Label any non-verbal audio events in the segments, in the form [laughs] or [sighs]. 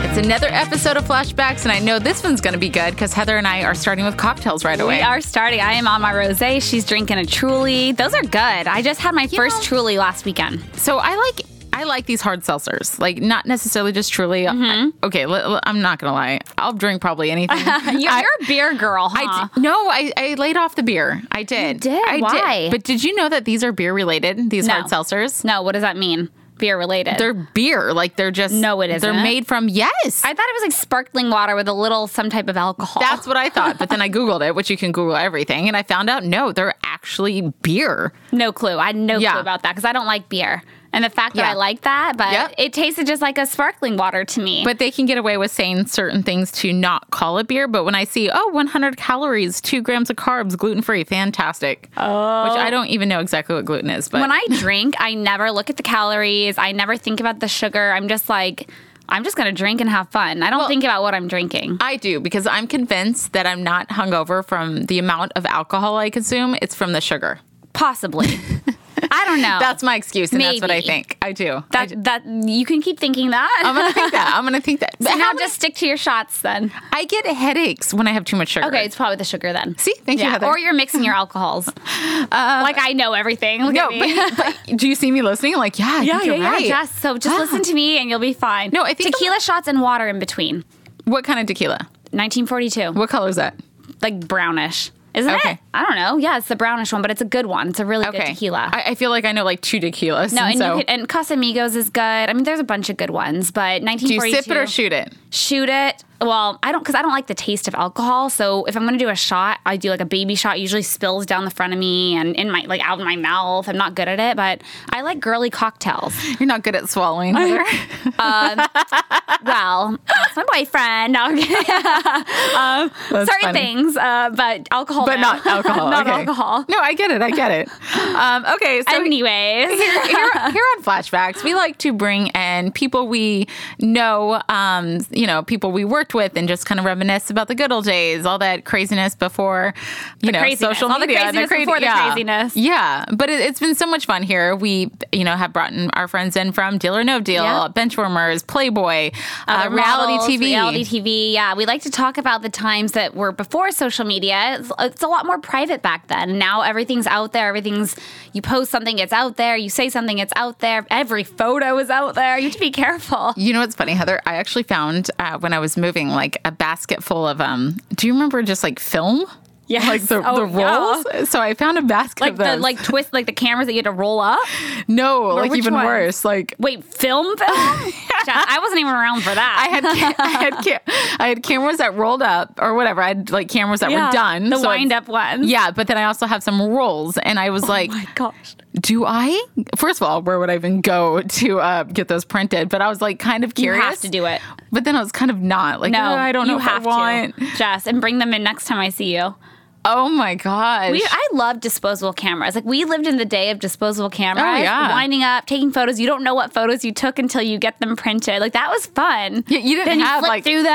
It's another episode of Flashbacks, and I know this one's going to be good because Heather and I are starting with cocktails right away. We are starting. I am on my rosé. She's drinking a Truly. Those are good. I just had my first know- Truly last weekend. So I like I like these hard seltzers, like not necessarily just Truly. I- okay, l- l- I'm not gonna lie. I'll drink probably anything. Mm-hmm. [laughs] You're, I- you're a beer girl, huh? I d- no, I, I laid off the beer. I did. did? I Why? But did you know that these are beer related? These No. hard seltzers. no, what does that mean? Beer related. They're beer. Like they're just No, it They're isn't. made from yes. I thought it was like sparkling water with a little some type of alcohol. that's what I thought, but then I googled it, which you can Google everything, and I found out no, they're actually beer. [laughs] no clue. I had no Yeah. clue about that because I don't like beer. And the fact that Yeah. I like that, but Yep. it tasted just like a sparkling water to me. But they can get away with saying certain things to not call it beer. But when I see, oh, 100 calories, two grams of carbs, gluten free, fantastic. Oh. Which I don't even know exactly what gluten is. But when I drink, I never look at the calories. I never think about the sugar. I'm just like, I'm just gonna drink and have fun. I don't think about what I'm drinking. I do because I'm convinced that I'm not hungover from the amount of alcohol I consume. It's from the sugar. Possibly. I don't know. That's my excuse, and that's what I Maybe. think. I do. I that. do. that you can keep thinking that. I'm [laughs] gonna think that. I'm gonna [laughs] think that. But now how just stick to your shots then. many- I get headaches when I have too much sugar. Okay, it's probably the sugar then. See, thank you, Heather. Or you're mixing [laughs] your alcohols. like I know everything. Look Uh, no, at [laughs] me. but, but [laughs] do you see me listening? I'm like, yeah, I think you're right. Jess, so just listen to me and you'll be fine. No, I think- tequila shots and water in between. What kind of tequila? 1942, What color is that? like brownish, isn't Okay. it? I don't know. Yeah, it's the brownish one, but it's a good one. It's a really good tequila. I, I feel like I know like two tequilas. no, and, and, so you could, and Casamigos is good. I mean, there's a bunch of good ones, but 1942. do you sip it or shoot it? shoot it. Well, I don't because I don't like the taste of alcohol. So if I'm gonna do a shot, I do like a baby shot. It Usually spills down the front of me and in my like out of my mouth. I'm not good at it, but I like [laughs] girly cocktails. You're not good at [laughs] swallowing. Heather. Um, well, that's my boyfriend. No, I'm kidding. um, That's certain funny. things, uh, but alcohol, but no. not alcohol. [laughs] not okay. alcohol. No, I get it. I get [laughs] it. Um, okay, so [laughs] Anyways, here, here, here on flashbacks, we like to bring in people we know, um, you know, people we worked with, and just kind of reminisce about the good old days, all that craziness before, you know, craziness. social All the media, craziness before the craziness. Yeah, but it, it's been so much fun here. We, you know, have brought in our friends in from Deal or No Deal, Yeah. Benchwarmers, Playboy, uh, the reality models, TV. Reality TV. Yeah, we like to talk about the times that were before social media. It's, it's a lot more private back then. Now everything's out there. Everything's you post something, it's out there. You say something, it's out there. Every photo is out there. You have to [laughs] be careful. You know what's funny, Heather? I actually found uh, when I was moving like a basket full of um. Do you remember just like film? [laughs] Yes. Like the, [laughs] Oh, the rolls. So I found a basket Like of those. the like twist, like the cameras that you had to roll up. no, like which even ones? worse. [laughs] Like [laughs] Wait, film, film. I wasn't even around for that. I had [laughs] ca- I had ca- I had cameras that rolled up or whatever. I had like cameras that were done. The So I- wind up ones. Oh Yeah, but then I also have some rolls, and I was like, gosh. "Do I? First of all, where would I even go to uh, get those printed?" But I was like, kind of You curious. have to do it. But then I was kind of not like, No, "Uh, I don't know You if have I want. to, Jess, and bring them in next time I see you. Oh my gosh! We, I love disposable cameras. Like we lived in the day of disposable cameras, Oh, yeah. winding up, taking photos. You don't know what photos you took until you get them printed. Like that was fun. Yeah, you didn't then have, you flip like- through them,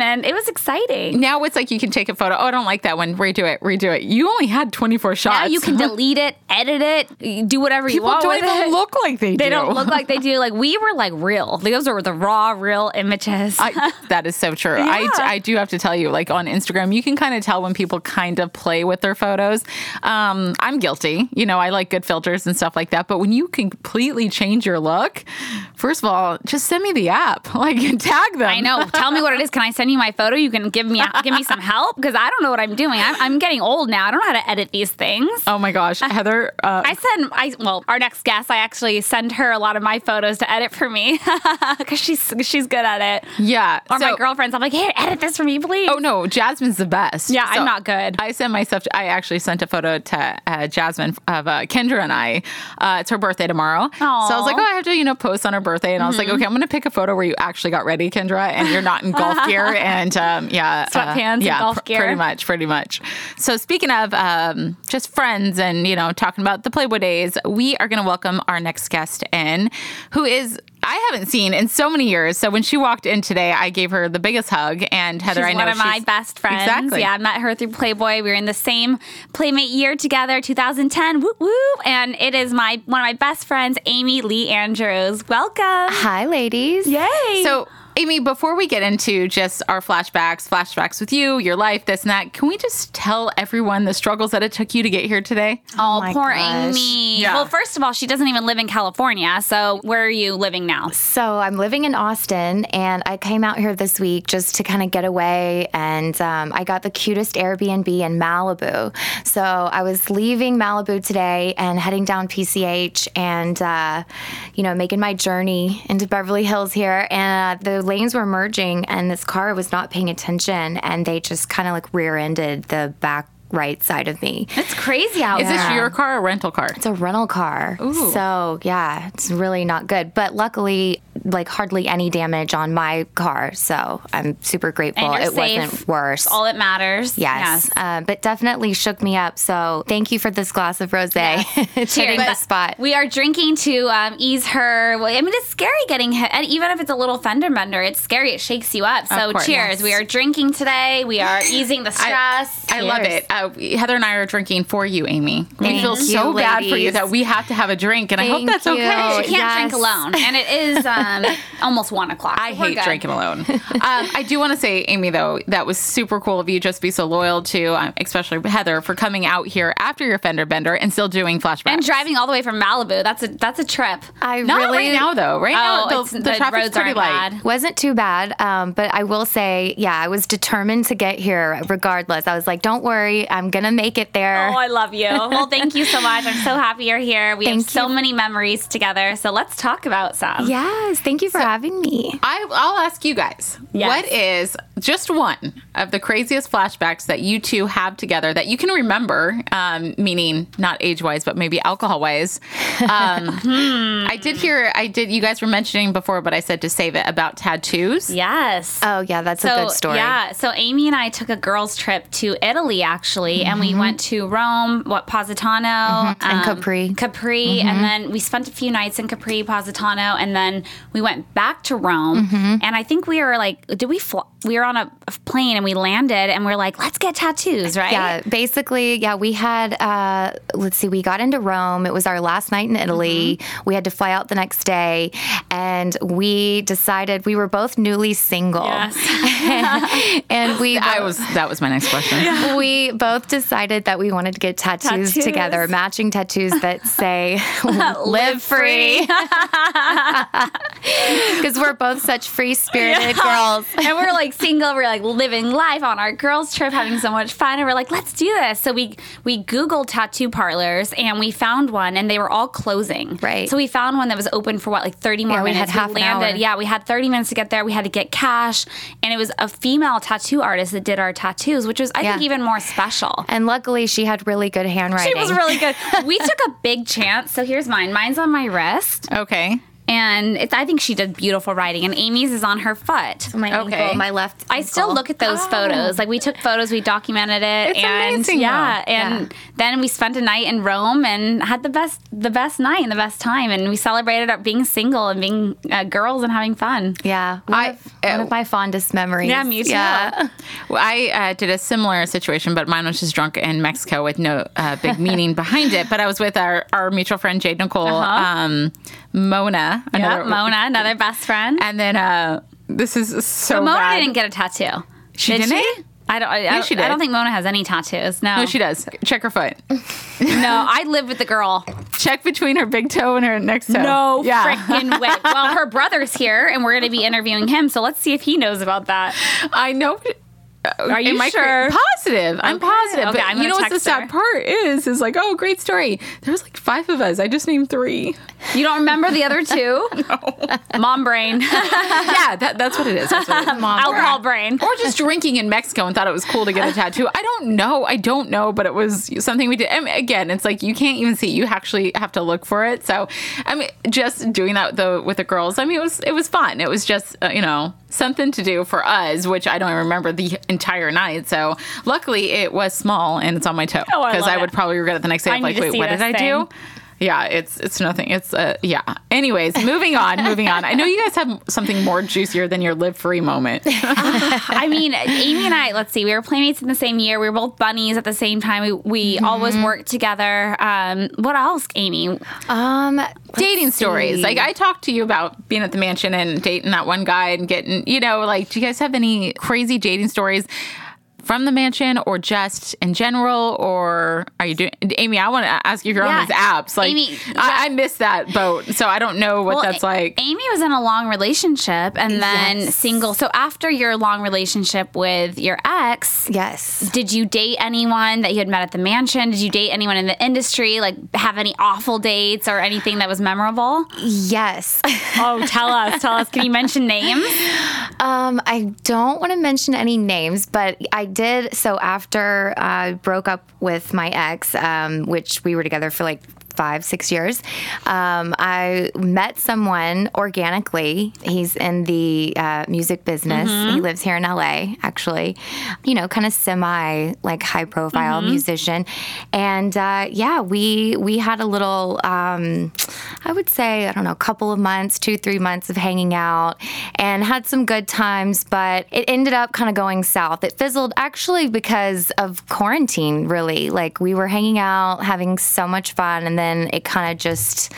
and it was exciting. now it's like you can take a photo. Oh, I don't like that one. Redo it. Redo it. You only had 24 shots. Now you can delete it, edit it, do whatever you People want don't with even it. look like they, they do. don't look like they do. Like we were like real. Like, those were the raw, real images. [laughs] I, that is so true. I, Yeah. I do have to tell you, like on Instagram, you can kind of tell when people kind of play with their photos. Um, I'm guilty. You know, I like good filters and stuff like that. But when you completely change your look, first of all, just send me the app. [laughs] Like tag them. I know. Tell me what it is. Can I send you my photo? You can give me give [laughs] me some help because I don't know what I'm doing. I'm, I'm getting old now. I don't know how to edit these things. Oh my gosh, Heather. Uh, I send I well our next guest. I actually send her a lot of my photos to edit for me [laughs] because she's she's good at it. yeah. Or Oh my so- girlfriends. I'm like, hey, edit this for me, please. Oh no, Jasmine's the best. Yeah, I'm not good. I sent myself. I actually sent a photo to uh, Jasmine of uh, Kendra and I. Uh, it's her birthday tomorrow, so I was like, Aw. Mm-hmm. oh, I have to you know post on her birthday, and I was like, okay, I'm gonna pick a photo where you actually got ready, Kendra, and you're not in golf [laughs] gear and um, yeah, Sweatpants and yeah, golf gear. pretty much, pretty much. So speaking of um, just friends and you know talking about the Playboy days, we are gonna welcome our next guest in, who is I haven't seen in so many years. So when she walked in today, I gave her the biggest hug. And Heather, She's I know one of my she's- best friends. Exactly. Yeah, I met her through Playboy. We were in the same Playmate year together, 2010. Woo woo! And it is my one of my best friends, Amy Lee Andrews. [sighs] Welcome. Hi, ladies. Yay! So, Amy, before we get into just our flashbacks, flashbacks with you, your life, this and that, can we just tell everyone the struggles that it took you to get here today? all my poor gosh. Amy. Oh Yeah. Well, first of all, she doesn't even live in California. So where are you living now? So I'm living in Austin, and I came out here this week just to kind of get away. And um, I got the cutest Airbnb in Malibu. So I was leaving Malibu today and heading down PCH, and uh, you know, making my journey into Beverly Hills here. And uh, the lanes were merging, and this car was not paying attention, and they just kind of like rear-ended the back right side of me. It's crazy out Is there. this your car or rental car? It's a rental car. So, yeah, it's really not good. But luckily, like hardly any damage on my car. So, I'm super grateful And you're it safe. wasn't worse. all that matters. yes. Uh, but definitely shook me up. So, thank you for this glass of rose. [laughs] it's Cheers. hitting the But spot. We are drinking to um, ease her. Well, I mean, it's scary getting hit, and even if it's a little fender bender, it's scary. It shakes you up. So, course. cheers. We are drinking today. [gasps] We are easing the stress. I love it. Uh, we- Heather and I are drinking for you, Amy. we feel you, so bad for you ladies. that we have to have a drink, and I hope Thank that's you. okay. Oh, She She can't drink Yes. alone, and it [laughs] is um, almost one o'clock. I so we're hate good. drinking [laughs] alone. um, I do want to say, Amy, though, that was super cool of you just be so loyal to, um, especially Heather, for coming out here after your fender bender and still doing flashbacks. And driving all the way from Malibu. That's a that's a trip. I Not really right now, though. Right now, Oh, it's- the, the, traffic's roads pretty aren't light. [laughs] bad. wasn't too bad. Um, but I will say, yeah, I was determined to get here regardless. I was like, don't worry, I'm going to make it there. Oh, I love you. Well, thank you so much. I'm so happy you're here. We have Thank so many memories together. So let's talk about some. yes. Thank you for having me. I, I'll ask you guys. Yes. What is just one of the craziest flashbacks that you two have together that you can remember? Um, meaning not age wise, but maybe alcohol wise. [laughs] Um, Hmm. I did hear. I did. You guys were mentioning before, but I said to save it about tattoos. Yes. Oh, yeah, that's a good story. Yeah. So Amy and I took a girls' trip to Italy actually, and we went to Rome, what Positano Mm-hmm. um, And Capri. Mm-hmm. Capri, and then we spent a few nights in Capri, Positano, and then we went back to Rome. Mm-hmm. And I think we were like, did we? Fl- we were on a plane and we landed, and we are like, let's get tattoos, right? Yeah, basically, yeah, we had, uh, let's see, we got into Rome. It was our last night in Italy. We had to fly out the next day, and we decided we were both newly single. [laughs] and we I bo- was. That was my next [laughs] question. we both decided that we wanted to get tattoos, Tattoos. together, matching tattoos that [laughs] say live free. [laughs] Because we're both such free spirited girls. [laughs] and we're like single, we're like living life on our girls trip, having so much fun, and we're like, let's do this. So we we googled tattoo parlors and we found one, and they were all closing. Right. So we found one that was open for what like thirty more Yeah, we minutes. had half an hour. Yeah, we had thirty minutes to get there. We had to get cash, and it was a female tattoo artist that did our tattoos, which was I think Yeah. even more special. And luckily, she had really good handwriting. It was really good. [laughs] we took a big chance. So here's mine. Mine's on my wrist, Okay. and it's, I think she did beautiful writing. And Amy's is on her foot. Oh my Okay. ankle, my left. I still ankle. look at those photos. Like we took photos, we documented it, Oh. It's and amazing, yeah, though. and then we spent a night in Rome and had the best, the best night and the best time, and we celebrated our being single and being uh, girls and having fun. Yeah, one, I- of, one of my fondest memories. Yeah, me too. Well, I uh, did a similar situation, but mine was just drunk in Mexico with no uh, [laughs] big meaning behind it. But I was with our, our mutual friend Jade Nicole, um, Mona, Yep, Uh-huh. Mona, another best friend. and then uh, this is so Mona bad. didn't get a tattoo. She did didn't? She? I don't. I, I, she don't- did. I don't think Mona has any tattoos. No, No, she does. Check her foot. no. I live with the girl. Check between her big toe and her next toe. No yeah. freaking way. Well, her brother's here, and we're going to be interviewing him. So let's see if he knows about that. [laughs] I know. Are you sure? Positive. I'm positive. Okay, but I'm you gonna know what the text sad her. part is? Is like, oh, great story. There was like five of us. I just named [laughs] three. You don't remember the other [laughs] two? Mom brain. yeah, that, that's what it is. That's what [laughs] it is. Alcohol brain. or just drinking in Mexico and thought it was cool to get a tattoo. I don't know. I don't know, but it was something we did. And again, it's like you can't even see. it. You actually have to look for it. So, I mean, just doing that though with the girls. I mean, it was it was fun. It was just uh, you know something to do for us, which I don't even remember the entire night. So, luckily, it was small and it's on my toe Oh, I because love I, would it. probably regret it the next day. I I'm need like, to wait, see what did this I do? thing. yeah, it's it's nothing. It's uh, yeah. Anyways, moving on, moving on. I know you guys have something more juicier than your live free moment. I mean, Amy and I, let's see, we were playmates in the same year. We were both bunnies at the same time. We, we always worked together. Um, what else, Amy? Um, dating stories. see. Like I talked to you about being at the mansion and dating that one guy and getting, you know, like do you guys have any crazy dating stories from the mansion or just in general or are you doing Amy, I want to ask you if you're Yeah. on these apps. Like Amy, I, I missed that boat, so I don't know what Well, that's A- like. Amy was in a long relationship and then Yes. single. So after your long relationship with your ex, yes. did you date anyone that you had met at the mansion? Did you date anyone in the industry? Like have any awful dates or anything that was memorable? Yes. Oh, tell us, tell us. Can you mention names? Um, I don't want to mention any names, but I did. So after I broke up with my ex, um, which we were together for like five, six years, um, I met someone organically. He's in the uh, music business. He lives here in LA, actually. You know, kind of semi like high profile musician, and uh, yeah, we we had a little. Um, I would say I don't know, couple of months, two, three months of hanging out and had some good times, but it ended up kind of going south. It fizzled actually because of quarantine, really. Like we were hanging out, having so much fun, and then it kind of just.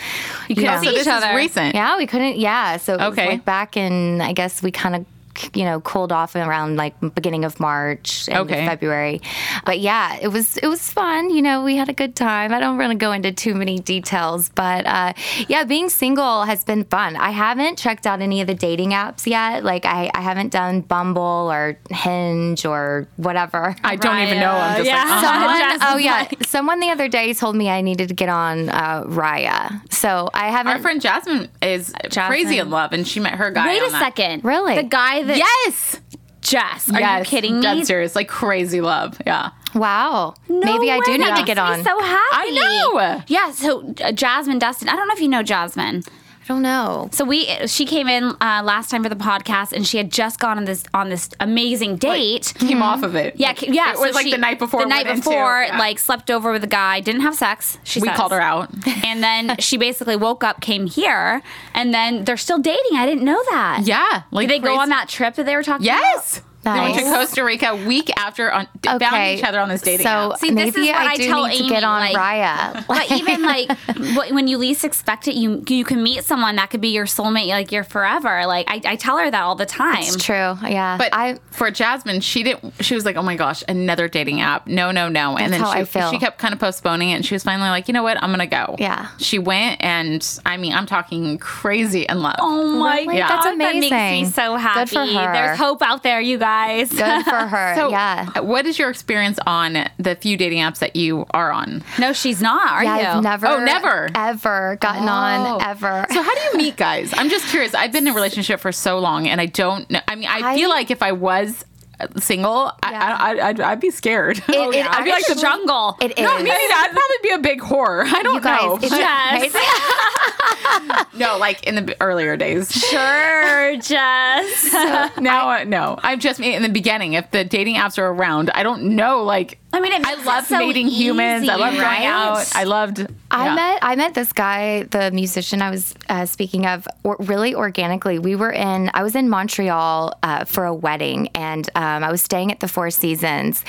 You Okay, know, so this is recent. Yeah, we couldn't. Yeah, so it Okay. was like back in, I guess we kind of. You know, cooled off around like beginning of March, end Okay. of February, but yeah, it was it was fun. You know, we had a good time. I don't want to go into too many details, but uh, yeah, being single has been fun. I haven't checked out any of the dating apps yet. Like I, I haven't done Bumble or Hinge or whatever. [laughs] I don't even know. I'm [laughs] just Yeah. like, uh-huh. [laughs] Someone, Jess is oh yeah, someone the other day told me I needed to get on uh, Raya, so I haven't. Our friend Jasmine is crazy in love, and she met her guy. Wait on a that. second. Really? The guy that Yes. Jess. Are yes. you kidding me? Dead serious, like crazy love. Yeah. wow, maybe I do way. need That to get makes on. Me so happy. I know. Yeah. So uh, Jasmine Dustin. I don't know if you know Jasmine. I don't know. So we she came in uh, last time for the podcast, and she had just gone on this on this amazing date. Came off of it. Mm-hmm. yeah, c- yeah. It so was like she- the night before. The it night went into- before, yeah. like slept over with a guy, didn't have sex. She we says. called her out. [laughs] and then she basically woke up, came here, and then they're still dating. I didn't know that. Yeah, like Did they go crazy- on that trip that they were talking about? Yes. They went to Nice. Costa Rica a week after on d- found each other on this dating So app. See, this maybe is what I I do tell need to get Amy, [laughs] on like- Raya. But even like wh- when you least expect it, you you can meet someone that could be your soulmate, like your forever. Like I, I tell her that all the time. It's true. Yeah. But I for Jasmine, she didn't. She was like, "Oh my gosh, another dating app? No, no, no." and That's then how she, I feel. she kept kind of postponing it. And she was finally like, "You know what? I'm gonna go." Yeah. She went, and I mean, I'm talking crazy in love. Oh my Really? god, That's That makes me amazing. so happy. Good for her. There's hope out there, you guys. [laughs] good for her. So, yeah. What is your experience on the few dating apps that you are on? No, she's not. Are Yeah, you? I've never, Oh, never. ever gotten Oh. on ever. So how do you meet guys? I'm just curious. I've been in a relationship for so long, and I don't know. I mean, I, I- feel like if I was uh, single, Yeah. I, I, I'd, I'd be scared. [laughs] It- it I'd be like the Oh, actually- jungle. It is. No, maybe that. I'd probably be a big whore. I don't you guys, know. [laughs] it's Yes. crazy. no, like in the b- earlier days. Sure, Jess. Now, uh, no. I'm just in the beginning. If the dating apps are around, I don't know. Like, [laughs] I mean, it I makes it love so meeting humans. I easy, love going right? out. I loved. I yeah. met I met this guy, the musician I was uh, speaking of, or, really organically. We were in I was in Montreal uh, for a wedding, and um, I was staying at the Four Seasons,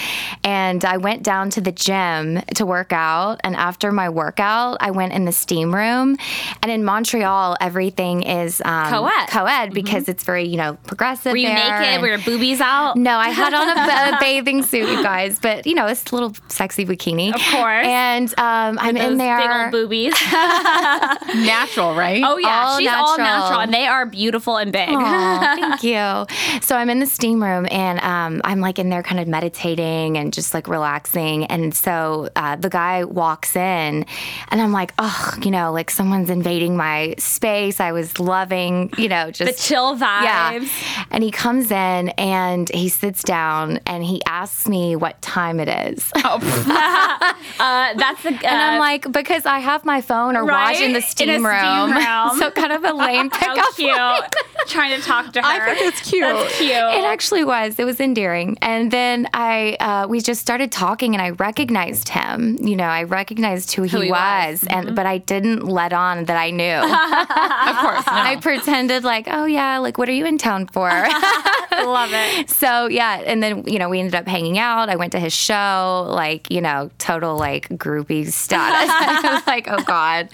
and I went down to the gym to work out. And after my workout, I went in the steam room, and in Montreal, everything is um, Co-ed. Mm-hmm. co-ed because it's very you know progressive. Were you there naked? and- Were your boobies out? no, I [laughs] had on a, a bathing suit, you guys, but you know, it's a little sexy bikini. Of course. And um, I'm Those big in there. old [laughs] boobies. natural, right? Oh yeah, All she's all natural. natural, and they are beautiful and big. Aw, [laughs] thank you. So I'm in the steam room and um, I'm like in there kind of meditating and just like relaxing. And so uh, the guy walks in and I'm like, oh, you know, like someone's invading my space. I was loving, you know, The just chill vibes. Yeah. And he comes in and he sits down and he asks me what time it is. [laughs] Uh, that's the. Uh, And I'm like, because I have my phone or right? watch in the In a steam, steam room. [laughs] room. so kind of a [laughs] lame how pickup. cute. [laughs] Trying to talk to her. I think it's cute. That's cute. It actually was. It was endearing. And then I, uh, we just started talking, and I recognized him. You know, I recognized who he, he was. was, Mm-hmm. and but I didn't let on that I knew. Of course. No. [laughs] I pretended like, oh yeah, like what are you in town [laughs] for? [laughs] Love it. so yeah, and then you know we ended up hanging out. I went to his show, like you know, total like groupie status. [laughs] I was like, oh god,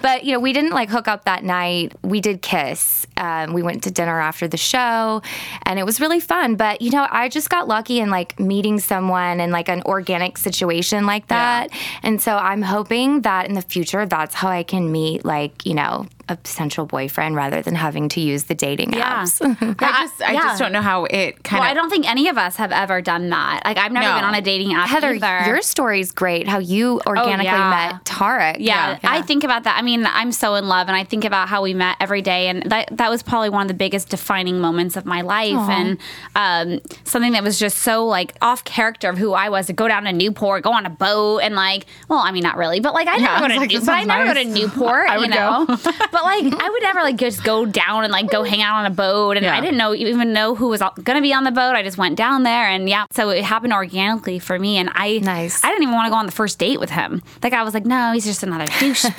but you know we didn't like hook up that night. We did kiss. Um, we went to dinner after the show, and it was really fun. But you know, I just got lucky in like meeting someone in like an organic situation like that, and so I'm hoping that in the future that's how I can meet like you know a potential boyfriend rather than having to use the dating Yeah. apps. [laughs] I just, I Yeah. just don't know how it kind Well, of. I don't think any of us have ever done that. Like, I've never No. been on a dating app Heather, either. Oh, your story's great. How you organically yeah. met Tarek. Yeah, I think about that. I mean, I'm so in love, and I think about how we met every day, and that that was probably one of the biggest defining moments of my life, and um, something that was just so like off character of who I was to go down to Newport, go on a boat, and like, well, I mean, not really, but like I Yeah, never I was go to like, New- that but I sounds never go to nice. [laughs] Newport, I you would know, [laughs] go. but like I would never like just go down and like go hang out on a boat, and Yeah. I didn't know even know who was going to be on the boat. I just went down there, and yeah, so it happened organically for me, and I Nice. I didn't even want to go on the first date with him. Like I was like, no, he's just another douchebag. [laughs]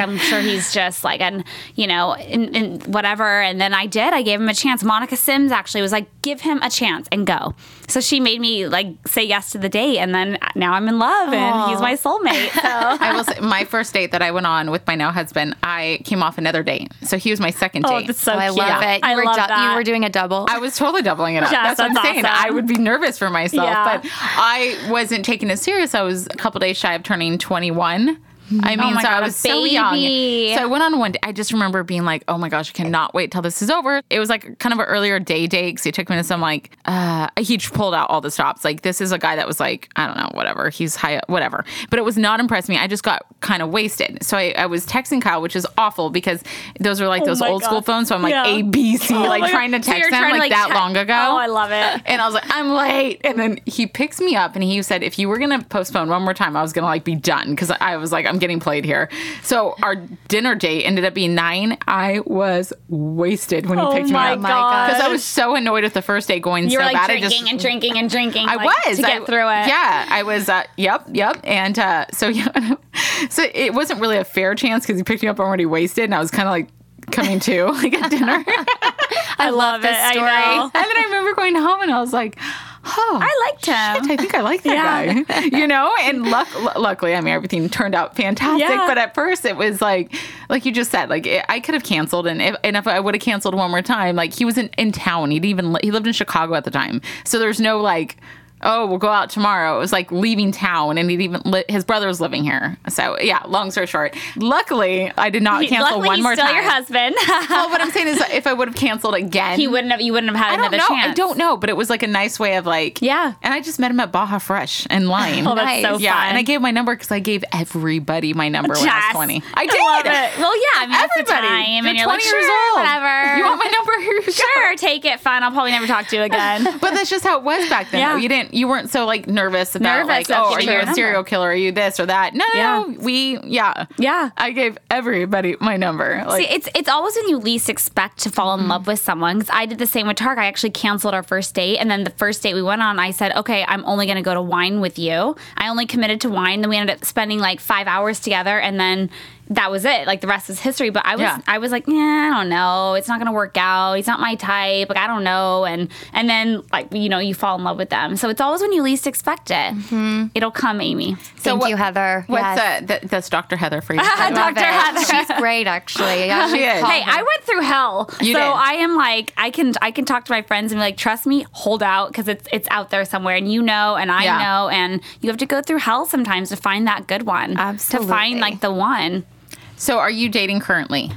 I'm sure he's just like an, you know, in, in whatever. And then I did. I gave him a chance. Monica Sims actually was like, give him a chance and go. So she made me like say yes to the date, and then now I'm in love, and he's my soulmate. [laughs] So I will say, my first date that I went on with my now husband, I came off another date. So he was my second date. that's so Oh, I cute. love it. You, I were love du- that. you were doing a double. I was totally doubling it up. that's, Yes, what I'm that's saying. awesome. I would be nervous for myself, Yeah. but I wasn't taken as serious. I was a couple days shy of turning 21. I mean, Oh my so God, I a was so young. baby. So I went on one day. I just remember being like, oh my gosh, I cannot wait till this is over. It was like kind of an earlier day date because he took me to some like, uh, he pulled out all the stops. Like, this is a guy that was like, I don't know, whatever. He's high, up, whatever. But it was not impressed me. I just got kind of wasted. So I, I was texting Kyle, which is awful because those were like those Oh my old school God. phones. So I'm like, Yeah. A, B, C, [laughs] like Oh my trying to God. So text you're them trying like, to, that te- long ago. Oh, I love it. And I was like, I'm late. And then he picks me up and he said, if you were going to postpone one more time, I was going to like be done because I was like, I'm getting played here. So our dinner date ended up being nine. I was wasted when he Oh picked me my up. Oh my God. god! Because I was so annoyed at the first day going you were so like bad. I drinking just and drinking and drinking. I like, was to get I- through it. Yeah, I was. Uh, yep, yep. And uh, so [laughs] yeah, so it wasn't really a fair chance because he picked me up already wasted, and I was kind of like coming to [laughs] like at dinner. I, love, this it. I story. know. [laughs] And then I remember going home and I was like, oh, I liked him. shit, I think I like that [laughs] guy. You know, and luck, lu- luckily, I mean, everything turned out fantastic. Yeah. But at first, it was like, like you just said, like it, I could have canceled, and if and if I would have canceled one more time, like he was in, in town. He'd even li- he lived in Chicago at the time, so there's no like. Oh, we'll go out tomorrow. It was like leaving town, and he'd even li- his brother was living here. So yeah, long story short, luckily I did not He- cancel Luckily, one he's more still time. your husband. [laughs] Well, what I'm saying is, if I would have canceled again, he wouldn't have. You wouldn't have had I don't another know. chance. I don't know, but it was like a nice way of like, Yeah. And I just met him at Baja Fresh in line. [laughs] Oh, that's so Nice. yeah, fun. and I gave my number because I gave everybody my number when I was Yes. twenty. I did. love it. Well, yeah. I mean, that's the Everybody. time, You're and you're like, 20 years sure, old. whatever. You want [laughs] my number? [laughs] Here you go. sure, take it. Fine. I'll probably never talk to you again. But that's just how it was back then. Yeah. though. You didn't. You weren't so like nervous about Nervous like, about oh, are giving you your a number. serial killer? Are you this or that? No, no, Yeah. no. We, [laughs] yeah, Yeah. I gave everybody my number. Like, Mm-hmm. See, it's it's always when you least expect to fall in love with someone. Because I did the same with Tark. I actually canceled our first date, and then the first date we went on, I said, "Okay, I'm only going to go to wine with you." I only committed to wine. Then we ended up spending like five hours together, and then that was it. Like the rest is history. But I was Yeah. I was like, "Yeah, I don't know. It's not going to work out. He's not my type. Like I don't know." And and then like you know you fall in love with them. So it's always when you least expect it. Mm-hmm. It'll come, Amy. Thank what- you, Heather. what's yes. uh, that? That's Dr. Heather [laughs] for you. I love Dr. it. Heather. She's great, actually. [laughs] Yeah, She she's is. called Hey, I went through hell. You did. so I am like, I can I can talk to my friends and be like, trust me, hold out because it's it's out there somewhere, and you know, and I Yeah. know, and you have to go through hell sometimes to find that good one, to Absolutely. Mm-hmm. find like the one. so, are you dating currently?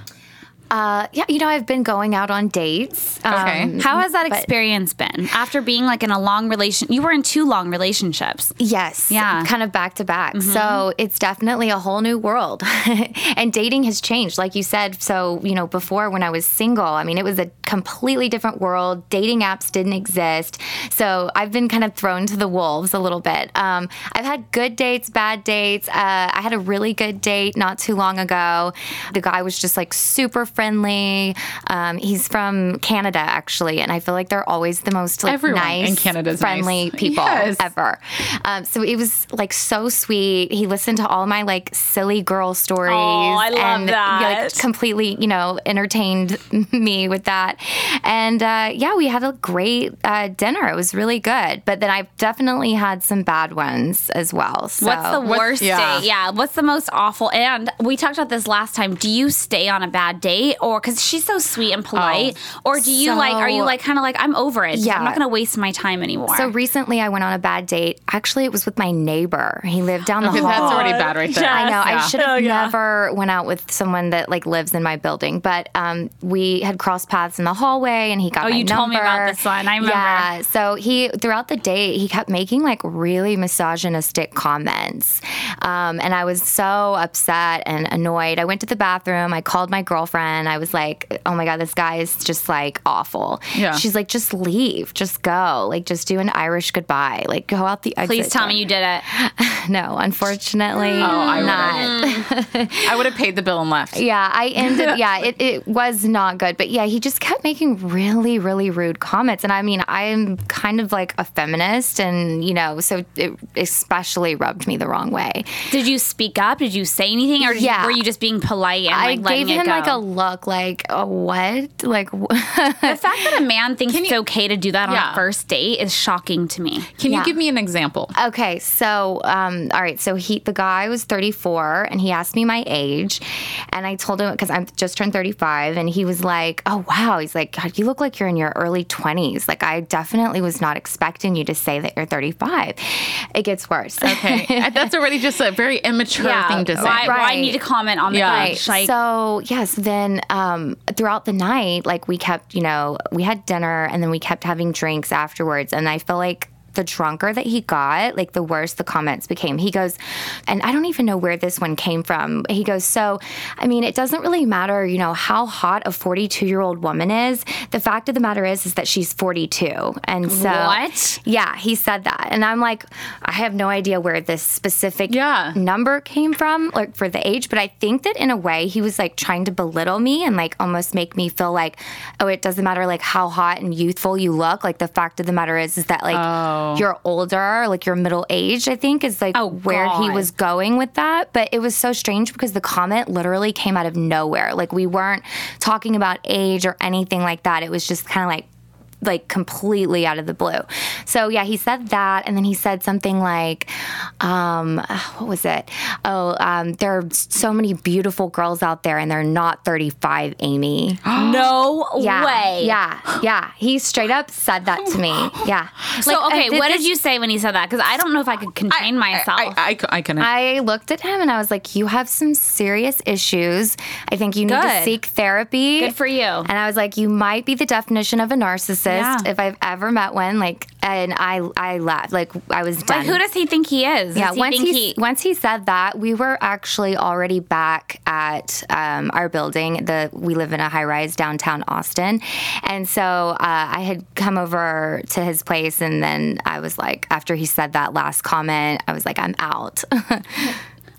Uh, yeah, you know, I've been going out on dates. Um, um, Okay. How has that experience been after being like in a long relation? You were in two long relationships. Yes. Yeah. Kind of back to back. Mm-hmm. So it's definitely a whole new world. [laughs] and dating has changed, like you said. So, you know, before when I was single, I mean, it was a completely different world. Dating apps didn't exist. So I've been kind of thrown to the wolves a little bit. Um, I've had good dates, bad dates. Uh, I had a really good date not too long ago. The guy was just like super friendly. Um, he's from Canada, actually. And I feel like they're always the most like, Everyone in nice, Canada's nice. friendly people Yes. ever ever. Um, so it was like so sweet. He listened to all my like silly girl stories. Aw, I love and, that. Like, completely, you know, entertained [laughs] me with that. And uh, yeah, we had a great uh, dinner. It was really good. But then I've definitely had some bad ones as well. So. What's the What's- worst yeah. date? Yeah. What's the most awful? And we talked about this last time. Do you stay on a bad date or because she's so sweet Oh, and polite? or do you like, are you so- like kind of like, I'm over it. Yeah. I'm not going to waste my time anymore. So recently, I went on a bad date. Actually, it was with my neighbor. He lived down the hall. That's already bad right there. I know. Yeah. uh, I [laughs] should have never went out with someone that like lives in my building, but um, we had crossed paths in the hallway, and he got. Oh, my you told me about number. this one. I remember. Yeah. So he throughout the date he kept making like really misogynistic comments, um, and I was so upset and annoyed. I went to the bathroom. I called my girlfriend. I was like, "Oh my god, this guy is just like awful." Yeah. She's like, "Just leave. Just go. Like, just do an Irish goodbye. Like, go out the exit." Please tell Oh, me door." you did it. [laughs] No, unfortunately, I would've. not. I would have paid the bill and left. [laughs] Yeah, I ended. Yeah, it, it was not good. But yeah, he just kept making really, really rude comments. And I mean, I'm kind of like a feminist, and you know, so it especially rubbed me the wrong way. Did you speak up? Did you say anything? Or did you- Yeah. were you just being polite and like I letting gave him it go? like a look, like a [laughs] what, like [laughs] wh- the fact that a man thinks it's okay to do that on Yeah. a first date is shocking to me. Can you Yeah. give me an example? Okay, so um, all right, so he the guy was 34 and he asked me my age, and I told him because I'm just turned 35, and he was like, "Oh wow," he's like, "God, you look like you're in your early 20s." Like I definitely was not expecting you to say that you're 35. It gets worse. [laughs] Okay, that's already just a very immature thing to say. Why, why Right. need to comment on the Yeah. age? Like, so yes, then um, throughout the night, like we kept, you know, we had dinner and then we kept having drinks afterwards, and I feel like. The drunker that he got, like the worse the comments became. He goes, and I don't even know where this one came from. He goes, So, I mean, it doesn't really matter, you know, how hot a 42 year old woman is. The fact of the matter is, is that she's 42. And so, What? Yeah, he said that. And I'm like, I have no idea where this specific Yeah. number came from, like for the age. But I think that in a way, he was like trying to belittle me and like almost make me feel like, oh, it doesn't matter like how hot and youthful you look. Like the fact of the matter is, is that like you're older, like you're middle aged. I think is like Oh, where he God. was going with that. But it was so strange because the comment literally came out of nowhere. Like we weren't talking about age or anything like that. It was just kind of like like completely out of the blue. So yeah, he said that, and then he said something like, um, "What was it? Oh, um, there are so many beautiful girls out there, and they're not 35, Amy." [gasps] no Yeah, way. yeah, yeah. He straight up said that to me. [gasps] Yeah. So, Like, okay, I did what this- did you say when he said that? Because I don't know if I could contain myself. I, I, I couldn't. I looked at him and I was like, "You have some serious issues. I think you need Good. to seek therapy." Good for you. And I was like, "You might be the definition of a narcissist Yeah. if I've ever met one." Like, and I, I left. Like, I was done. like, who does he think he is? yeah, does he once think he, once he said that, we were actually already back at um, our building. The we live in a high rise downtown Austin, and so uh, I had come over to his place, and then I was like, after he said that last comment, I was like, "I'm out." [laughs]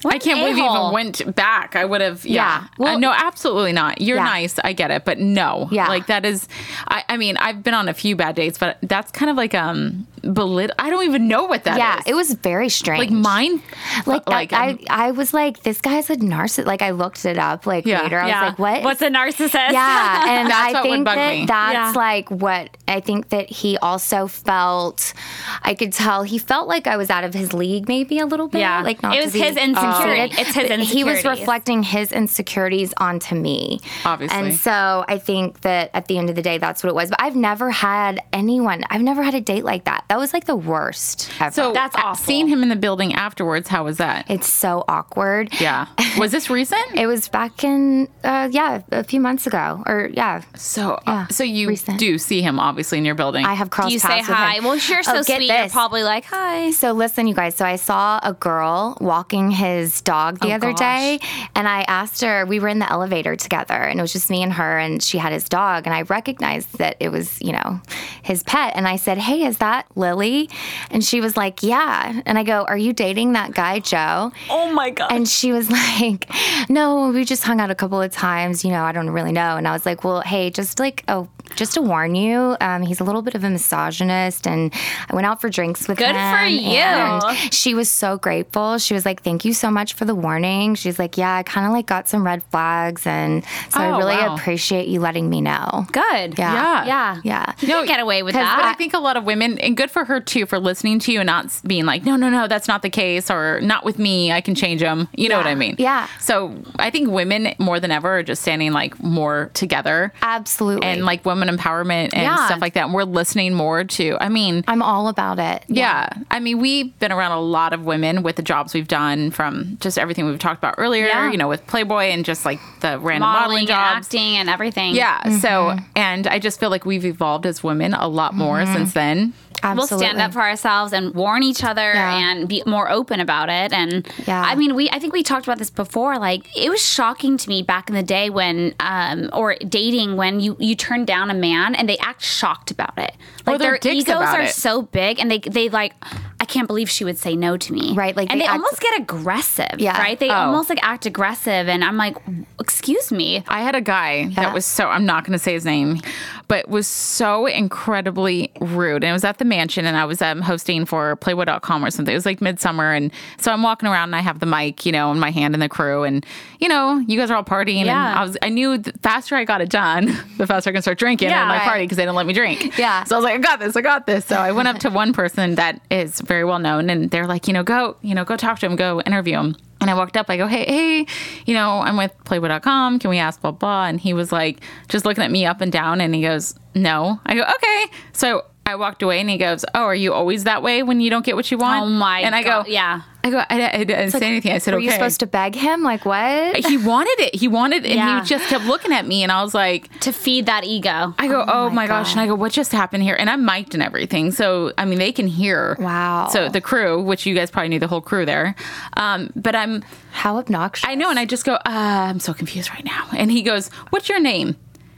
I can't believe you even a-hole. went back. I would have. Yeah. Yeah. Well, Well- no, absolutely not. You're Yeah. nice. I get it, but no. Yeah. Like that is. I, I mean, I've been on a few bad dates, but that's kind of like um belittle. I don't even know what that is. yeah, it was very strange. like um, mine. like, that, I'm- I, I was like, this guy's a narcissist. Like I looked it up like Yeah. later. I Yeah. was like, what? What's a narcissist? [laughs] [laughs] yeah, and That's I what would think bug that me. that's Yeah. like what I think that he also felt. I could tell he felt like I was out of his league, maybe a little bit. Yeah. like not It to was be his insecurity. conceited, It's his but He was insecurities. reflecting his insecurities onto me, Obviously. and so I think that at the end of the day, that's what it was. But I've never had anyone. I've never had a date like that. That was like the worst ever. So That's uh, awful. Seeing him in the building afterwards, how was that? it's so awkward. yeah. Was this [laughs] recent? It was back in, uh, yeah, a few months ago, or yeah. so, uh, yeah, so you recent. do see him obviously in your building. I have crossed Do you say paths with hi? him. Well, sure, so Oh, get sweet. You're This. probably like, hi. so listen, you guys. So I saw a girl walking his dog the Oh, other gosh. day, and I asked her. We were in the elevator together, and it was just me and her, and she had his dog, and I recognized that it was, you know, his pet. And I said, "Hey, is that Lily?" And she was like, "Yeah." And I go, "Are you dating that guy, Joe?" Oh my God. And she was [laughs] like, "No, we just hung out a couple of times. You know, I don't really know." And I was like, "Well, hey, just like oh, just to warn you, um, he's a little bit of a misogynist." And I went out for drinks with Good him. for you. And she was so grateful. She was like, "Thank you so much for the warning." She's like, "Yeah, I kind of like got some red flags, and so Oh, I really wow. appreciate you letting me know." Good. Yeah. yeah. Yeah. Yeah. You No, can get away with But I that. think a lot of women, and good for her too, for listening to you and not s- being like, no, no, no, that's not the case, or not with me, I can change them. You know what I mean? Yeah. So I think women more than ever are just standing like more together Absolutely. and like women empowerment and Yeah. stuff like that. And we're listening more to, I mean, I'm all about it. yeah. I mean, we've been around a lot of women with the jobs we've done from just everything we've talked about earlier, Yeah. you know, with Playboy and just like the random modeling, Modeling, and jobs. acting, and everything. Yeah. So, Mm-hmm. and I just feel like we've evolved as women a lot more since then. Absolutely. We'll stand up for ourselves and warn each other Yeah. and be more open about it. And Yeah. I mean, we I think we talked about this before. Like it was shocking to me back in the day when, um, or dating when you you turn down a man and they act shocked about it. Like Or they're their dicks egos about are it. so big and they they like. I can't believe she would say no to me. Right, like and they they, act- almost get aggressive. Yeah. Right. They Oh. almost like act aggressive, and I'm like, excuse me. I had a guy that was so I'm not going to say his name, but was so incredibly rude. And it was at the mansion, and I was um, hosting for Playboy.com or something. It was like midsummer, and so I'm walking around, and I have the mic, you know, in my hand, and the crew, and you know, you guys are all partying, and Yeah. I was I knew the faster I got it done, [laughs] the faster I can start drinking Yeah, at my right. party because they didn't let me drink. Yeah. so I was like, I got this, I got this. So I went up to one person that is very well known, and they're like, you know, go, you know, go talk to him, go interview him. And I walked up, I go, hey, hey, you know, I'm with Playboy.com. Can we ask blah blah? And he was like, just looking at me up and down, and he goes, no. I go, okay. So I walked away, and he goes, oh, are you always that way when you don't get what you want? Oh my. And I God. go, yeah. I go, I, I didn't say anything. I said, Were okay you supposed to beg him? Like what? he wanted it. He wanted it. And Yeah. he just kept looking at me. And I was like, To feed that ego. I go, oh, my, gosh. And I go, what just happened here? And I'm mic'd and everything. So, I mean, they can hear. Wow. So the crew, which you guys probably knew the whole crew there. Um, but I'm, How obnoxious. I know. And I just go, uh, I'm so confused right now. And he goes, what's your name?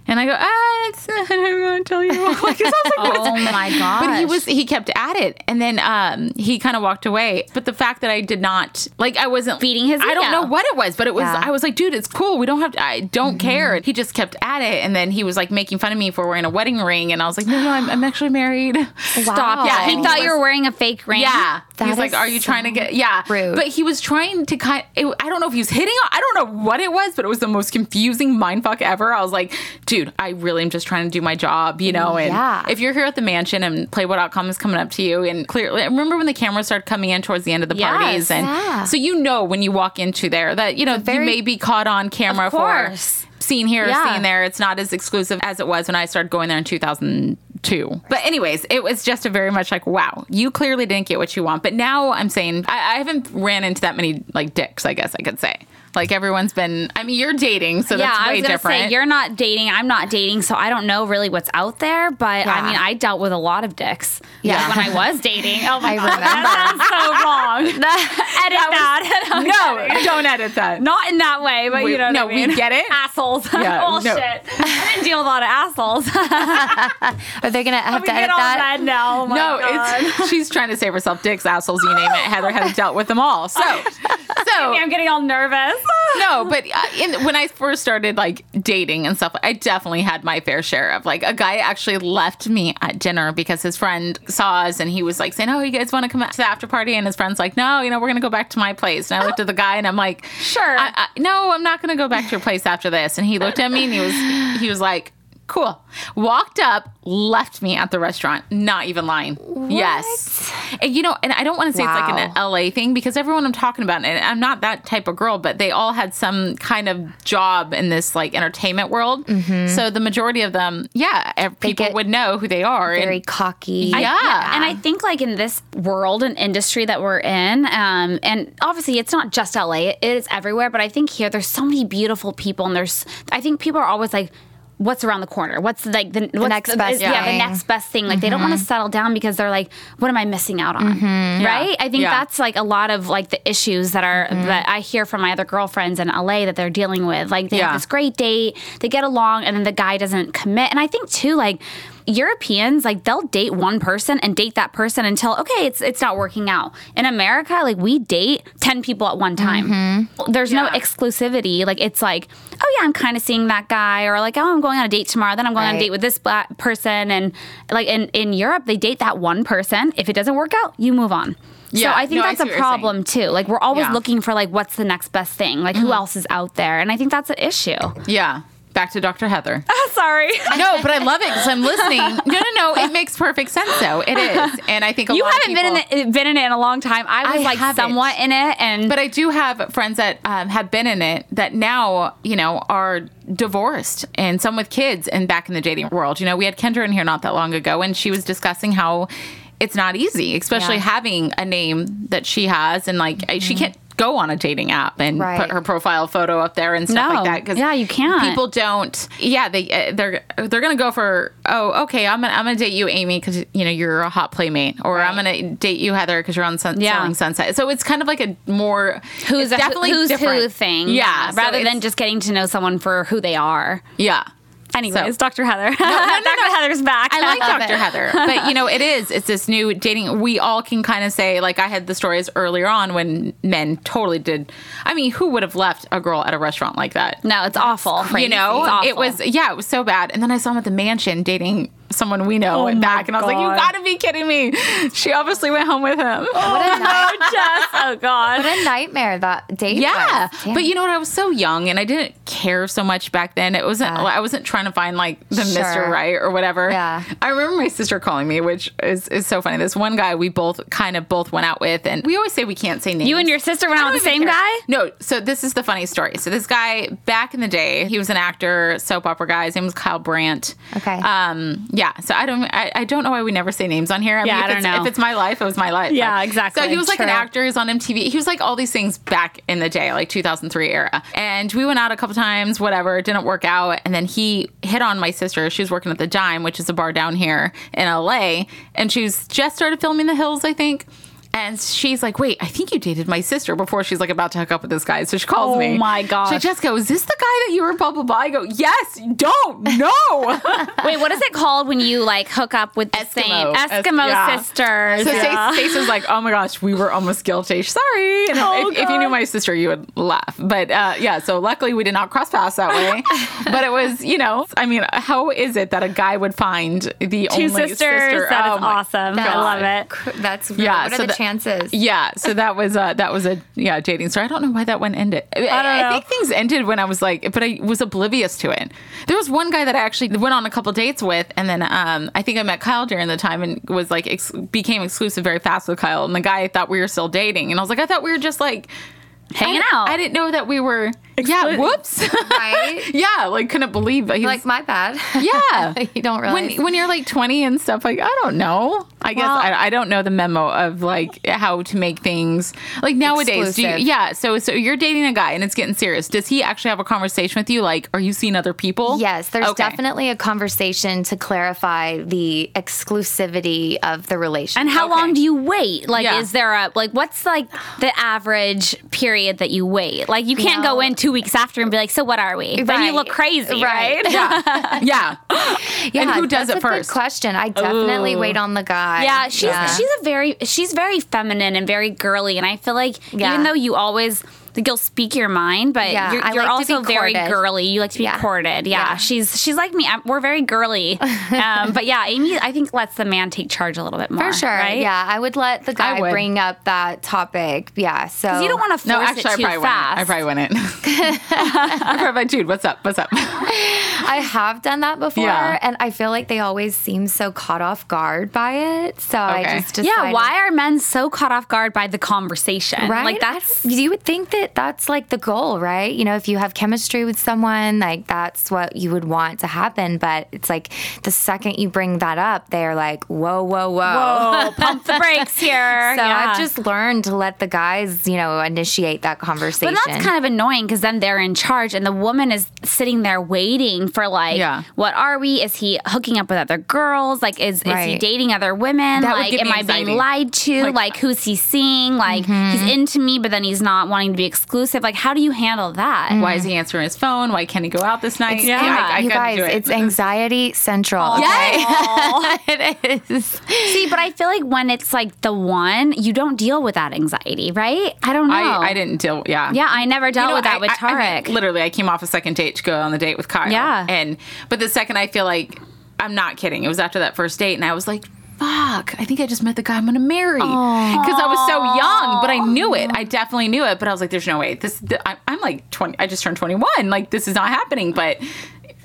And I go, ah, it's, [laughs] I don't want to tell you. [laughs] 'Cause I was like, oh my [laughs] god. but he was he kept at it and then um he kind of walked away but the fact that i did not like i wasn't Feeding his i don't ego. Mm-hmm. know what it was but it was Yeah. i was like dude it's cool we don't have to i don't care he just kept at it and then he was like making fun of me for wearing a wedding ring and i was like no no i'm, I'm actually married [laughs] Stop. Wow. Yeah, he He thought was- you were wearing a fake ring. yeah That he's like is are you trying to get yeah rude. but he was trying to kind it, i don't know if he was hitting on- i don't know what it was but it was the most confusing mind fuck ever i was like dude i really am just trying to do my job you know and Yeah. if you're here at the mansion and playboy.com is coming up to you and clearly I remember when the cameras started coming in towards the end of the Yes. parties and Yeah. so you know when you walk into there that you know you very- may be caught on camera Of for course. seen here Yeah. seen there it's not as exclusive as it was when i started going there in 2002 but anyways it was just a very much like wow you clearly didn't get what you want but now i'm saying i, I haven't ran into that many like dicks i guess i could say like everyone's been i mean you're dating so Yeah, that's I way was gonna different say you're not dating. I'm not dating, so I don't know really what's out there. But Yeah. I mean, I dealt with a lot of dicks. Yeah. like, when I was dating. Oh my I god, [laughs] that sounds so wrong. Edit that. [laughs] no don't edit that Not in that way, but We- you know. what no, I we mean. get it. Assholes. [laughs] Yeah, oh no. shit. I didn't deal with a lot of assholes. [laughs] we Are they gonna have to get edit all that? red now. Oh my no, god. it's she's trying to save herself dicks, assholes, you name it. Heather has dealt with them all. [laughs] So, so I'm getting all nervous. no, but uh, in, when I first started like dating and stuff, I definitely had my fair share of like a guy actually left me at dinner because his friend saw us and he was like saying, "Oh, you guys want to come out to the after party?" And his friend's like, "No, you know, we're gonna go back to my place." And I looked at the guy and I'm like, Sure. I, I, no, I'm not gonna go back to your place after this." And he looked at me and he was he was like. Cool. Walked up, left me at the restaurant. Not even lying. Yes. And you know, and I don't want to say it's like an LA thing because everyone I'm talking about, and I'm not that type of girl, but they all had some kind of job in this like entertainment world. Mm-hmm. So the majority of them, yeah, ev- people get would know who they are. and- Very cocky. I- Yeah. And I think like in this world and industry that we're in, um, and obviously it's not just LA, it is everywhere, but I think here there's so many beautiful people and there's I think people are always like What's around the corner? What's like the, what's next best yeah, thing. the next best thing. Like they don't want to settle down because they're like, what am I missing out on? Right? I think Yeah. that's like a lot of like the issues that are that I hear from my other girlfriends in LA that they're dealing with. Like they Yeah. have this great date, they get along, and then the guy doesn't commit. And I think too, like Europeans, like they'll date one person and date that person until okay, it's it's not working out. In America, like we date ten people at one time. Mm-hmm. There's no exclusivity. Like it's like, oh yeah, I'm kind of seeing that guy, or like oh, I'm going on a date tomorrow. Then I'm going on a Right. date with this black person, and like in in Europe, they date that one person. If it doesn't work out, you move on. Yeah, so I think no, I that's see a what you're saying. problem too. Like we're always Yeah. Mm-hmm. looking for like what's the next best thing, like who else is out there, and I think that's an issue. yeah. Back to Dr. Heather. [laughs] Sorry, no, but Oh. I love it because I'm listening. No, no, no. It makes perfect sense, though. [laughs] It is. And I think a you lot haven't of people, been in it, been in it in a long time. I was I like haven't. somewhat in it, and But I do have friends that um, have been in it that now, you know, are divorced and some with kids and back in the dating world. You know, we had Kendra in here not that long ago and she was discussing how it's not easy, especially Yeah. Mm-hmm. having a name that she has and like she can't go on a dating app and Right. put her profile photo up there and stuff No. like that because Yeah, you can't. people don't yeah they uh, they're they're gonna go for oh okay i'm gonna i'm gonna date you amy because you know you're a hot playmate or i'm gonna date you heather because you're on sun- Yeah. selling sunset so it's kind of like a more who's it's a, who's who different. thing, yeah so rather than it's- just getting to know someone for who they are. yeah Anyways, So- Dr. Heather, [laughs] Dr. Heather's back. I like love Dr. it. Heather, but you know, it is. It's this new dating. We all can kind of say, like, I had the stories earlier on when men totally did. I mean, who would have left a girl at a restaurant like that? No, it's awful. you know, It's awful. it was yeah, it was so bad. And then I saw him at the mansion dating someone we know and back, and I was like, you Oh God. Oh, gotta be kidding me! She obviously went home with him. What a night- [laughs] Jess. Oh God. what a nightmare that date Yeah, was. but you know what? I was so young, and I didn't care so much back then. It wasn't. I wasn't trying to find like the Mister Sure. Right or whatever. Yeah. I remember my sister calling me, which is, is so funny. This one guy we both kind of both went out with, and we always say we can't say names. You and your sister went out with the I don't same even guy? care. No. So this is the funny story. So this guy back in the day, he was an actor, soap opera guy. His name was Kyle Brandt. Okay. Um. Yeah. So I don't. I, I don't know why we never say names on here. I Mean, Yeah, if I don't it's, know. If it's my life, it was my life. Yeah, But- exactly. So he was like an True. actor. He was on MTV. He was like all these things back in the day, like 2003 era. And we went out a couple times. Whatever. It didn't work out. And then he hit on my sister. She was working at the Dime, which is a bar down here in LA, and she was just started filming The Hills, I think. And she's like, wait, I think you dated my sister before she's like about to hook up with this guy. So she calls Oh me. my She's like, gosh. Jessica, is this the guy that you were blah, blah, blah? I go, yes, don't, no. [laughs] Wait, what is it called when you like hook up with the same Eskimo. Es- Eskimo yeah. sisters? So Yeah. Stace, Stace was like, "Oh my gosh, we were almost guilty. Sorry." And Oh, if, if you knew God. my sister, you would laugh. But uh, yeah, so luckily we did not cross paths that [laughs] way. but it was, you know, I mean, how is it that a guy would find the Two only sisters. sister? That is Oh my- awesome. I love it. That's Yeah, What are so the that- [laughs] chances? Yeah, so that was a that was a yeah dating story. I don't know why that one ended. I, I know. think things ended when I was like, but I was oblivious to it. There was one guy that I actually went on a couple dates with, and then um, I think I met Kyle during the time and was like ex- became exclusive very fast with Kyle. And the guy thought we were still dating, and I was like, I thought we were just like Hanging I- out. I didn't know that we were. Yeah, Exclu- whoops. [laughs] Right? yeah, like couldn't believe that he like was. my bad. Yeah, [laughs] you don't realize. when when you're like 20 and stuff like I don't know. I guess Well- I, I don't know the memo of like how to make things like nowadays. Do you, Exclusive. yeah, so so you're dating a guy and it's getting serious. Does he actually have a conversation with you? Like, are you seeing other people? Yes, there's Okay. definitely a conversation to clarify the exclusivity of the relationship. And how long do you wait? Like, Yeah. is there a like? What's like the average period that you wait? Like, you can't go No. in two weeks after and be like, "So what are we?" Then you Right. look crazy, right? Yeah, yeah. yeah, and who does that's it a good first? question. I definitely wait on the [laughs] guy. Yeah, she's she's a very she's very feminine and very girly, and I feel like Yeah. even though you always like you'll speak your mind, but Yeah, you're, I you're like to be also very courted. girly. You like to be Yeah. courted. Yeah. Yeah. she's she's like me. I'm- We're very [laughs] girly. um, but yeah, Amy, I think lets the man take charge a little bit more. For sure. right? Yeah, I would let the guy would. bring up that topic. Yeah. So 'Cause you don't want to force Oh. No, actually, it I too probably fast. wouldn't. I probably [laughs] wouldn't. I probably like, dude, what's up? What's up? I have done that before, Yeah. and I feel like they always seem so caught off guard by it. So I Okay. just yeah, decided, why are men so caught off guard by the conversation? Right? Like that's I don't- you would think that that's like the goal, right? You know, if you have chemistry with someone, like that's what you would want to happen. But it's like the second you bring that up, they're like, whoa, whoa, whoa. oh, [laughs] pump the [laughs] brakes here. [laughs] So yeah. I've just learned to let the guys, you know, initiate that conversation. But that's kind of annoying because then they're in charge and the woman is sitting there waiting for like, Yeah. what are we? Is he hooking up with other girls? Like, is, is he Right. dating other women? That would like, give am me I anxiety. being lied to? Like, Like- Mm-hmm. who's he seeing? Like, he's into me, but then he's not wanting to be exclusive. Like, how do you handle that? Why is he answering his phone? Why can't he go out this night? Yeah. I, I you couldn't guys, do it. it's [laughs] anxiety [laughs] central. Yes. it is. See, but I feel like when it's like the one, you don't deal with that anxiety, right? I don't know. I, I didn't deal. Yeah. Yeah, I never dealt You know, with Oh, that I- with I- I think Tarek. literally, I came off a second date to go on the date with Kyle. Yeah. And but the second I feel like I'm not kidding, it was after that first date, and I was like. Fuck, I think I just met the guy I'm gonna marry. Because I was so young, but I knew it. I definitely knew it, but I was like, there's no way. This, th- I, I'm like 20, I just turned 21. Like, this is not happening. But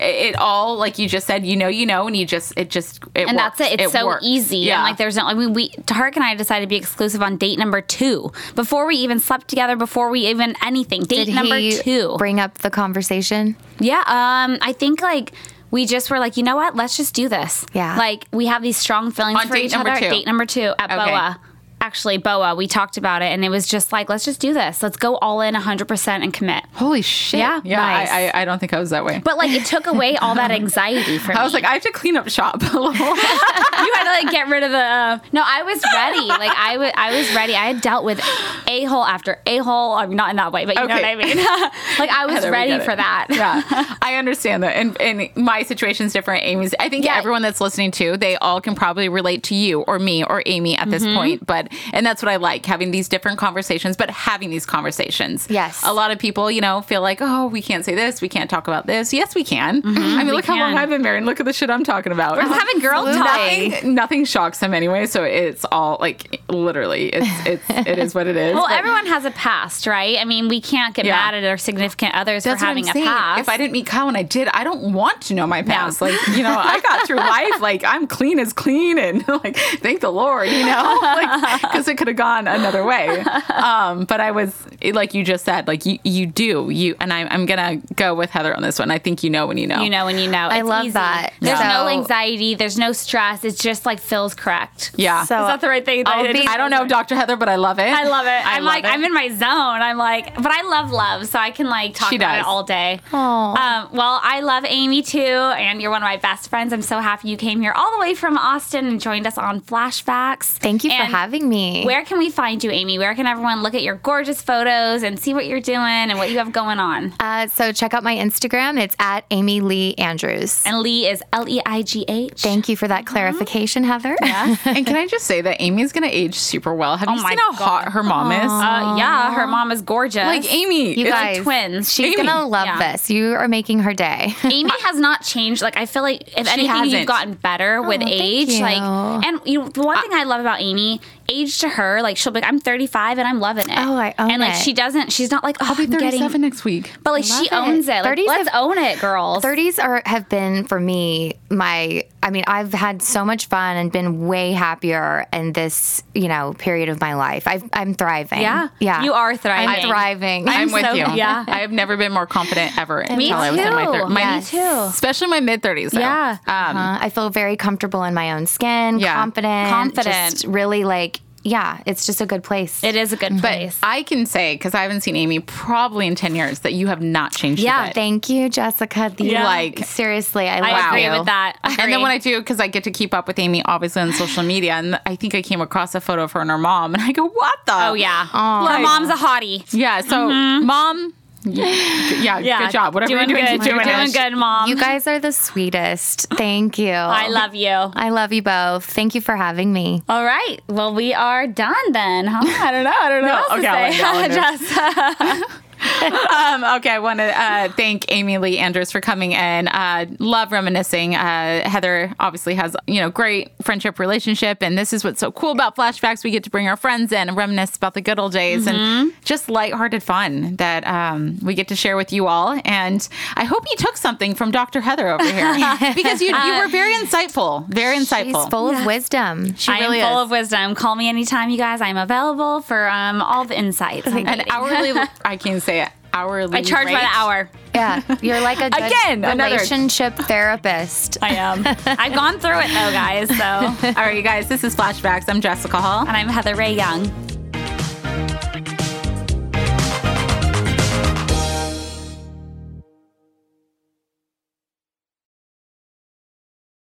it, it all, like you just said, you know, you know, and you just, it just, it and works. that's it. It's so works. easy. And like there's no. I mean, we Tarek and I decided to be exclusive on date number two before we even slept together, before we even anything. Date Did number he two. bring up the conversation? yeah. Um. I think like. We just were like, you know what? Let's just do this. Yeah. Like we have these strong feelings On for date each number other. two. Date number two at Okay. Boa. Actually, Boa. We talked about it, and it was just like, let's just do this. Let's go all in, 100 percent, and commit. holy shit. Yeah, Yeah. nice. I, I, I don't think I was that way. But like, it took away [laughs] all that anxiety from me. I was like, [laughs] I have to clean up shop a little. [laughs] you had to like get rid of the. Uh, no, I was ready. Like I wa- I was ready. I had dealt with a hole after a hole. I'm not in that way, but you know what Okay. I mean. [laughs] like I was Heather, we ready get it. for [laughs] that. yeah, [laughs] I understand that. And and my situation's different. Amy's. I think Yeah. everyone that's listening to, they all can probably relate to you or me or Amy at this point. But and that's what I like having these different conversations, but having these conversations. Yes. a lot of people, you know, feel like, oh, we can't say this, we can't talk about this. Yes, we can. I mean, look how long can. I've been married. and Look at the shit I'm talking about. We're having girl talk. Nothing, nothing shocks them anyway, so it's all like literally, it's it's it is what it is. Well, but- everyone has a past, right? I mean, we can't get Yeah. mad at our significant others That's for what having I'm saying. a past. If I didn't meet Kyle and I did, I don't want to know my past. Like, you know, I got [laughs] through life like I'm clean as clean and [laughs] like thank the Lord, you know? [laughs] Like cuz it could have gone another way. Um, but I was like you just said, like you you do. You and I I'm going to go with Heather on this one. I think you know when you know. you know, and you know. I It's love easy. that. There's Yeah. no So- anxiety. There's no stress. It's just like Phil's correct. Yeah. So- is that the right thing? I'll did? be- I don't know Dr. Heather, but I love it. I love it. I am love like, it. I'm in my zone. I'm like, but I love love, so I can like talk She about does. it all day. Aw. Um, well, I love Amy too, and you're one of my best friends. I'm so happy you came here all the way from Austin and joined us on Flashbacks. Thank you for And having me. Where can we find you, Amy? Where can everyone look at your gorgeous photos and see what you're doing and what you have going on? Uh, so check out my Instagram. It's at Amy Lee Andrews. And Mm-hmm. Lee is L E I G H. Thank you for that clarification, Heather. and can I just say that Amy's going to age super well. Have you Oh my seen how hot God. her mom is? Uh, yeah, her mom is gorgeous. like Amy, [laughs] You it's- guys, twins. She's Amy. gonna love Yeah. this. You are making her [laughs] day. Amy has not changed. Like I feel like if anything, you've hasn't. gotten better with thank age. Like, you. and you know, the one thing I love about Amy, age to her, like she'll be like, I'm 35 and I'm loving it. Oh, I own And like it. she doesn't. She's not like oh, I'll be I'll be 37 Getting, next week. but like she Love it. owns it. Like 30s let's own it, girls. 30s are have been for me my I mean I've had so much fun and been way happier in this you know period of my life. I've, I'm thriving. Yeah. yeah, You are thriving. I'm thriving. I'm, with so- you. yeah. I have never been more confident ever until Me I was in my too. thirties. My, Me too. Especially my mid thirties. Yeah. Uh-huh. Um, Uh, I feel very comfortable in my own skin. Yeah. confident. Confident. Just really like yeah. It's just a good place. It is a good but place. I can say because I haven't seen Amy probably in ten years that you have not changed. Yeah, a bit. Thank you, Jessica. The- Yeah. Like- seriously, I, I love agree you. with that. And then when I do, because I get to keep up with Amy obviously on social media, and I think I came across a photo of her and her mom, and I go, "What the? oh yeah, her Like- mom's a hottie. yeah." So mom, Yeah, good job. Whatever you're doing, good. keep doing You're Mm-hmm. doing it. good, mom. You guys are the [gasps] sweetest. Thank you. Um, I love you. I love you both. Thank you for having me. All right. Well, we are done then. Huh? I don't know. I don't know. [laughs] what okay, I'll else to [laughs] let say. y'all Just- um, okay, I want to uh, thank Amy Lee Andrews for coming in. Uh, love reminiscing. Uh, Heather obviously has you know great friendship relationship, and this is what's so cool about flashbacks. We get to bring our friends in and reminisce about the good old days and just lighthearted fun that um, we get to share with you all. And I hope you took something from Dr. Heather over here because you, you were very insightful, very insightful. She's full of wisdom. She really I am full is. of wisdom. Call me anytime, you guys. I'm available for um, all the insights. on an dating. hourly. I can't say it. Hourly. I charge by rate. the hour. Yeah, you're like [laughs] a good Again, another- relationship therapist. I am. I've gone through it though, guys. So, [laughs] All right, you guys. This is flashbacks. I'm Jessica Hall. and I'm Heather Ray Young.